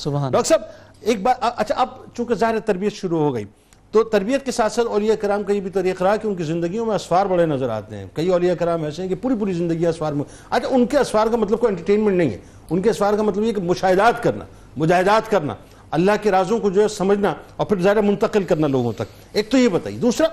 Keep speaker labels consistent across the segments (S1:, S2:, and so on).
S1: سبحان
S2: ڈاکٹر صاحب ایک بار اچھا اب چونکہ ظاہر ہے تربیت شروع ہو گئی تو تربیت کے ساتھ ساتھ اولیاء کرام کا یہ بھی طریقہ رہا کہ ان کی زندگیوں میں اسفار بڑے نظر آتے ہیں کئی اولیاء کرام ایسے ہیں کہ پوری پوری زندگی اسفار میں اچھا ان کے اسفار کا مطلب کوئی انٹرٹینمنٹ نہیں ہے ان کے اسفار کا مطلب یہ کہ مشاہدات کرنا مجاہدات کرنا اللہ کے رازوں کو جو ہے سمجھنا اور پھر ظاہر ہے منتقل کرنا لوگوں تک ایک تو یہ بتائیے دوسرا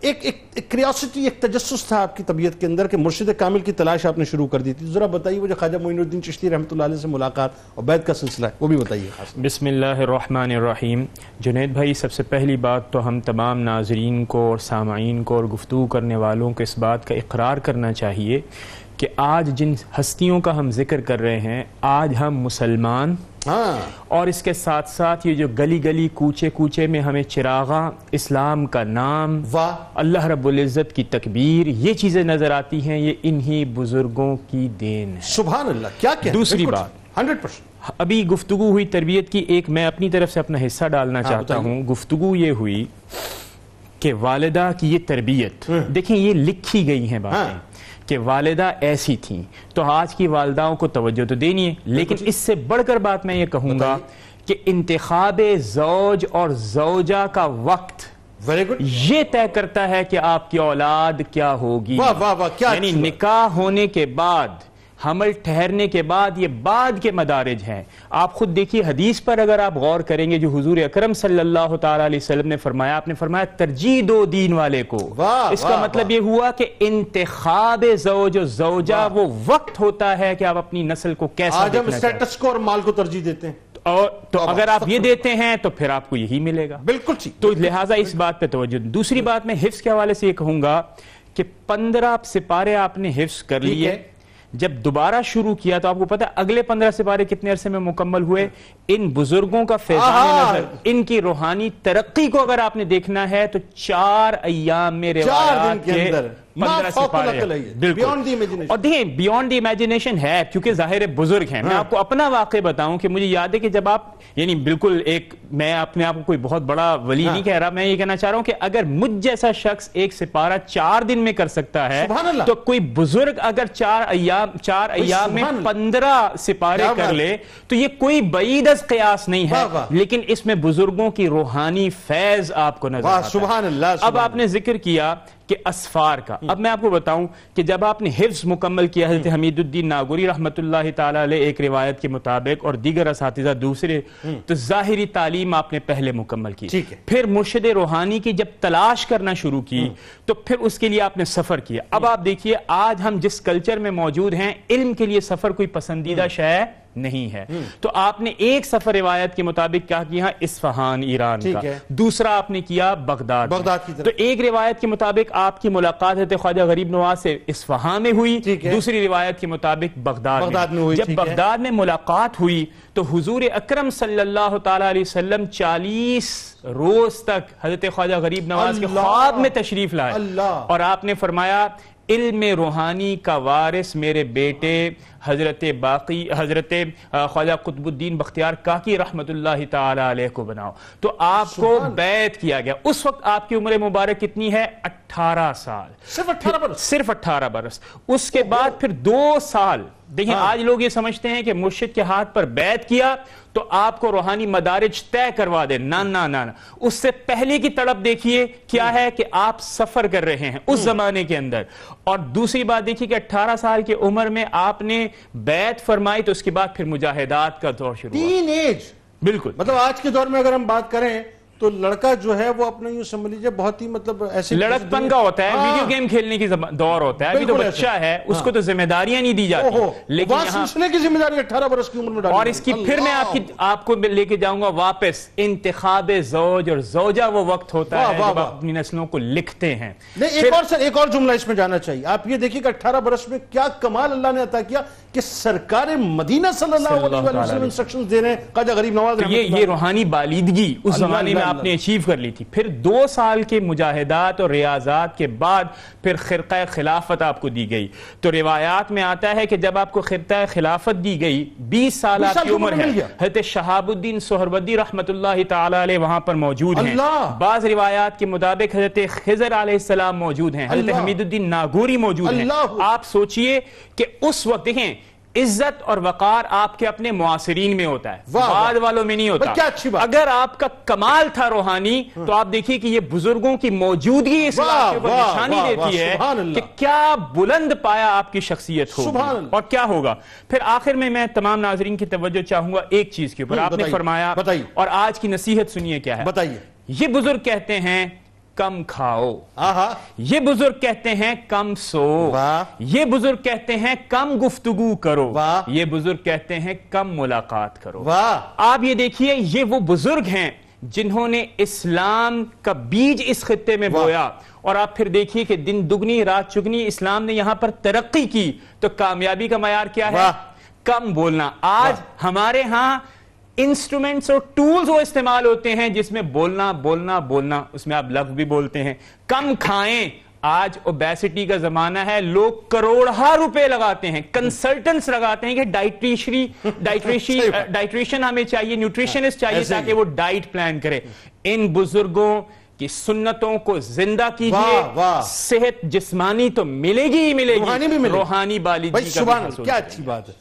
S2: ایک ایک کریاسٹی ایک تجسس تھا آپ کی طبیعت کے اندر کہ مرشد کامل کی تلاش آپ نے شروع کر دی تھی ذرا بتائیے وہ جو خواجہ معین الدین چشتی رحمۃ اللہ علیہ سے ملاقات اور بیت کا سلسلہ ہے وہ بھی بتائیے خاص
S3: بسم اللہ الرحمن الرحیم جنید بھائی سب سے پہلی بات تو ہم تمام ناظرین کو اور سامعین کو اور گفتگو کرنے والوں کو اس بات کا اقرار کرنا چاہیے کہ آج جن ہستیوں کا ہم ذکر کر رہے ہیں آج ہم مسلمان
S2: ہاں
S3: اور اس کے ساتھ ساتھ یہ جو گلی گلی کوچے کوچے میں ہمیں چراغاں اسلام کا نام
S2: واہ
S3: اللہ رب العزت کی تکبیر یہ چیزیں نظر آتی ہیں یہ انہی بزرگوں کی دین ہے
S2: سبحان اللہ کیا کیا
S3: دوسری بات۔
S2: ہنڈریڈ پرسینٹ
S3: ابھی گفتگو ہوئی تربیت کی ایک میں اپنی طرف سے اپنا حصہ ڈالنا چاہتا
S2: ہاں، بتائیے۔
S3: ہوں گفتگو یہ ہوئی کہ والدہ کی یہ تربیت دیکھیں یہ لکھی گئی ہیں
S2: ہاں۔
S3: باتیں کہ والدہ ایسی تھیں تو آج کی والداؤں کو توجہ تو دینی ہے لیکن
S2: جی۔
S3: اس سے بڑھ کر بات میں یہ کہوں گا کہ انتخاب زوج اور زوجہ کا وقت
S2: ویری گڈ
S3: یہ طے کرتا ہے کہ آپ کی اولاد کیا ہوگی
S2: واہ واہ واہ کیا اچھا۔
S3: یعنی
S2: اچھی بات۔
S3: نکاح ہونے کے بعد حمل ٹھہرنے کے بعد یہ بعد کے مدارج ہیں آپ خود دیکھیے حدیث پر اگر آپ غور کریں گے جو حضور اکرم صلی اللہ تعالیٰ علیہ وسلم نے فرمایا آپ نے فرمایا ترجیح دو دین والے کو
S2: واہ،
S3: اس کا
S2: واہ،
S3: مطلب
S2: واہ۔
S3: یہ ہوا کہ انتخاب زوج و زوجہ وہ وقت ہوتا ہے کہ آپ اپنی نسل کو کیسا
S2: آج ہم
S3: دیکھنا چاہتے
S2: اسٹیٹس کو اور مال کو ترجیح دیتے ہیں
S3: ہیں۔ اور تو
S2: توبہ،
S3: اگر آپ یہ
S2: استغفر
S3: دیتے ہیں تو پھر آپ کو یہی ملے گا
S2: بالکل ٹھیک
S3: تو لہٰذا اس بات پہ توجہ دیں۔ دوسری بات میں حفظ کے حوالے سے یہ کہوں گا کہ پندرہ سپارے آپ نے حفظ کر
S2: ٹھیک
S3: لیے
S2: ہے۔
S3: جب دوبارہ شروع کیا تو آپ کو پتا اگلے پندرہ سپارے کتنے عرصے میں مکمل ہوئے ان بزرگوں کا فیضان
S2: آہا!
S3: نظر ان کی روحانی ترقی کو اگر آپ نے دیکھنا ہے تو چار ایام میں
S2: چار دن
S3: روایات
S2: کے
S3: کے
S2: اندر
S3: پندرہ سپارے
S2: بیونڈ دی
S3: بالکل اور
S2: امیجنیشن
S3: دیکھیں بیونڈ دی امیجنیشن ہے کیونکہ ظاہر ہے بزرگ ہیں میں
S2: ہاں.
S3: آپ کو اپنا واقع بتاؤں کہ مجھے یاد ہے کہ جب آپ یعنی بالکل ایک میں اپنے آپ کو کوئی بہت بڑا ولی
S2: ہاں.
S3: نہیں کہہ رہا میں یہ کہنا چاہ رہا ہوں کہ اگر مجھ جیسا شخص ایک سپارہ چار دن میں کر سکتا ہے تو کوئی بزرگ اگر چار ایام چار ایام میں پندرہ سپارے کر لے تو یہ کوئی بعید از قیاس نہیں ہے لیکن اس میں بزرگوں کی روحانی فیض آپ کو نظر
S2: واہ
S3: آتا ہے
S2: سبحان اللہ
S3: اب آپ نے ذکر کیا کہ اسفار کا اب میں آپ کو بتاؤں کہ جب آپ نے حفظ مکمل کیا حضرت حمید الدین ناگوری رحمت اللہ تعالیٰ علیہ ایک روایت کے مطابق اور دیگر اساتذہ دوسرے تو ظاہری تعلیم آپ نے پہلے مکمل کی پھر مرشد روحانی کی جب تلاش کرنا شروع کی تو پھر اس کے لیے آپ نے سفر کیا اب آپ دیکھیے آج ہم جس کلچر میں موجود ہیں علم کے لیے سفر کوئی پسندیدہ شے نہیں ہے تو آپ نے ایک سفر روایت کے مطابق کیا کیا اسفہان ایران کا دوسرا آپ نے کیا بغداد
S2: بغداد کی طرف۔
S3: تو ایک روایت کے مطابق آپ کی ملاقات حضرت خواجہ غریب نواز سے اسفہان میں ہوئی دوسری روایت کے مطابق بغداد میں ہوئی جب بغداد میں ملاقات ہوئی تو حضور اکرم صلی اللہ تعالیٰ علیہ وسلم چالیس روز تک حضرت خواجہ غریب نواز کے خواب میں تشریف لائے اور آپ نے فرمایا علم روحانی کا وارث میرے بیٹے حضرت باقی حضرت خواجہ قطب الدین بختیار کاکی رحمت اللہ تعالی علیہ کو بناؤ تو آپ کو بیعت کیا گیا اس وقت آپ کی عمر مبارک کتنی ہے اٹھارہ سال
S2: صرف اٹھارہ برس
S3: صرف اٹھارہ برس اس کے بعد پھر دو سال دیکھیں
S2: ہاں۔
S3: آج لوگ یہ سمجھتے ہیں کہ مرشد کے ہاتھ پر بیعت کیا تو آپ کو روحانی مدارج طے کروا دے نا نا نا نا۔ اس سے پہلے کی تڑپ دیکھیے کیا ہے کہ آپ سفر کر رہے ہیں اس زمانے کے اندر اور دوسری بات دیکھیے کہ اٹھارہ سال کی عمر میں آپ نے بیعت فرمائی تو اس کے بعد پھر مجاہدات کا دور شروع ہوا
S2: تین ایج
S3: بالکل
S2: مطلب آج کے دور میں اگر ہم بات کریں تو لڑکا جو ہے وہ اپنے یوں سمجھ لیجئے بہت ہی مطلب ایسے
S3: لڑک پن کا ہوتا
S2: ہاں۔
S3: ہے ویڈیو گیم کھیلنے کی دور ہوتا ہے ابھی تو
S2: بالکل
S3: بچہ
S2: ایسا۔ ہاں۔
S3: ہے اس کو تو ذمہ داریاں نہیں دی جاتی لیکن
S2: لیکن
S3: یہاں
S2: سلسلے کی ذمہ داری اٹھارہ برس کی عمر میں ڈالی
S3: اور اس کی
S2: گئی۔
S3: پھر میں
S2: اللہ
S3: آپ کی آپ کو لے کے جاؤں گا واپس انتخاب زوج اور زوجہ وہ وقت ہوتا ہے جب آپ اپنی نسلوں کو لکھتے ہیں
S2: نہیں ایک اور سر ایک اور جملہ اس میں جانا چاہیے آپ یہ دیکھیے کہ اٹھارہ برس میں کیا کمال اللہ نے عطا کیا کہ سرکار مدینہ صلی اللہ علیہ وسلم انسٹرکشنز دے رہے ہیں خواجہ غریب نواز رحمۃ
S3: یہ
S2: اللہ
S3: یہ روحانی بالیدگی اس زمانے میں آپ نے اچیو کر لی تھی پھر دو سال کے مجاہدات اور ریاضات کے بعد پھر خرقہ خلافت آپ کو دی گئی تو روایات میں آتا ہے کہ جب آپ کو خرقہ خلافت دی گئی بیس سال آپ کی عمر ہے حضرت شہاب الدین سہروردی رحمت اللہ تعالی علیہ وہاں پر موجود ہیں بعض روایات کے مطابق حضرت خضر علیہ السلام موجود ہیں حضرت حمید الدین ناگوری موجود ہیں آپ سوچئے کہ اس وقت دیکھیں عزت اور وقار آپ کے اپنے معاصرین میں ہوتا ہے بعد والوں میں نہیں ہوتا
S2: کیا اچھی بات
S3: اگر آپ کا کمال تھا روحانی تو آپ دیکھیے کہ یہ بزرگوں کی موجودگی اس بات کے اوپر نشانی دیتی ہے کہ کیا بلند پایا آپ کی شخصیت ہو اور کیا ہوگا پھر آخر میں میں تمام ناظرین کی توجہ چاہوں گا ایک چیز کے اوپر آپ نے فرمایا اور آج کی نصیحت سنیے کیا ہے
S2: بتائیے
S3: یہ بزرگ کہتے ہیں کم کھاؤ یہ بزرگ کہتے ہیں کم سو یہ بزرگ کہتے ہیں کم گفتگو کرو یہ بزرگ کہتے ہیں کم ملاقات کرو آپ یہ دیکھیے یہ وہ بزرگ ہیں جنہوں نے اسلام کا بیج اس خطے میں بویا اور آپ پھر دیکھیے کہ دن دگنی رات چگنی اسلام نے یہاں پر ترقی کی تو کامیابی کا معیار کیا ہے کم بولنا آج ہمارے ہاں انسٹرومنٹس اور ٹولز وہ استعمال ہوتے ہیں جس میں بولنا بولنا بولنا اس میں آپ لفظ بھی بولتے ہیں کم کھائیں آج اوبیسٹی کا زمانہ ہے لوگ کروڑہ روپے لگاتے ہیں کنسلٹنٹس لگاتے ہیں کہ ڈائٹریشری ڈائٹریشی ڈائٹریشن ہمیں چاہیے نیوٹریشنسٹ چاہیے تاکہ وہ ڈائٹ پلان کرے ان بزرگوں کی سنتوں کو زندہ کیجیے صحت جسمانی تو ملے گی ہی ملے گی روحانی بالی
S2: کیا اچھی بات ہے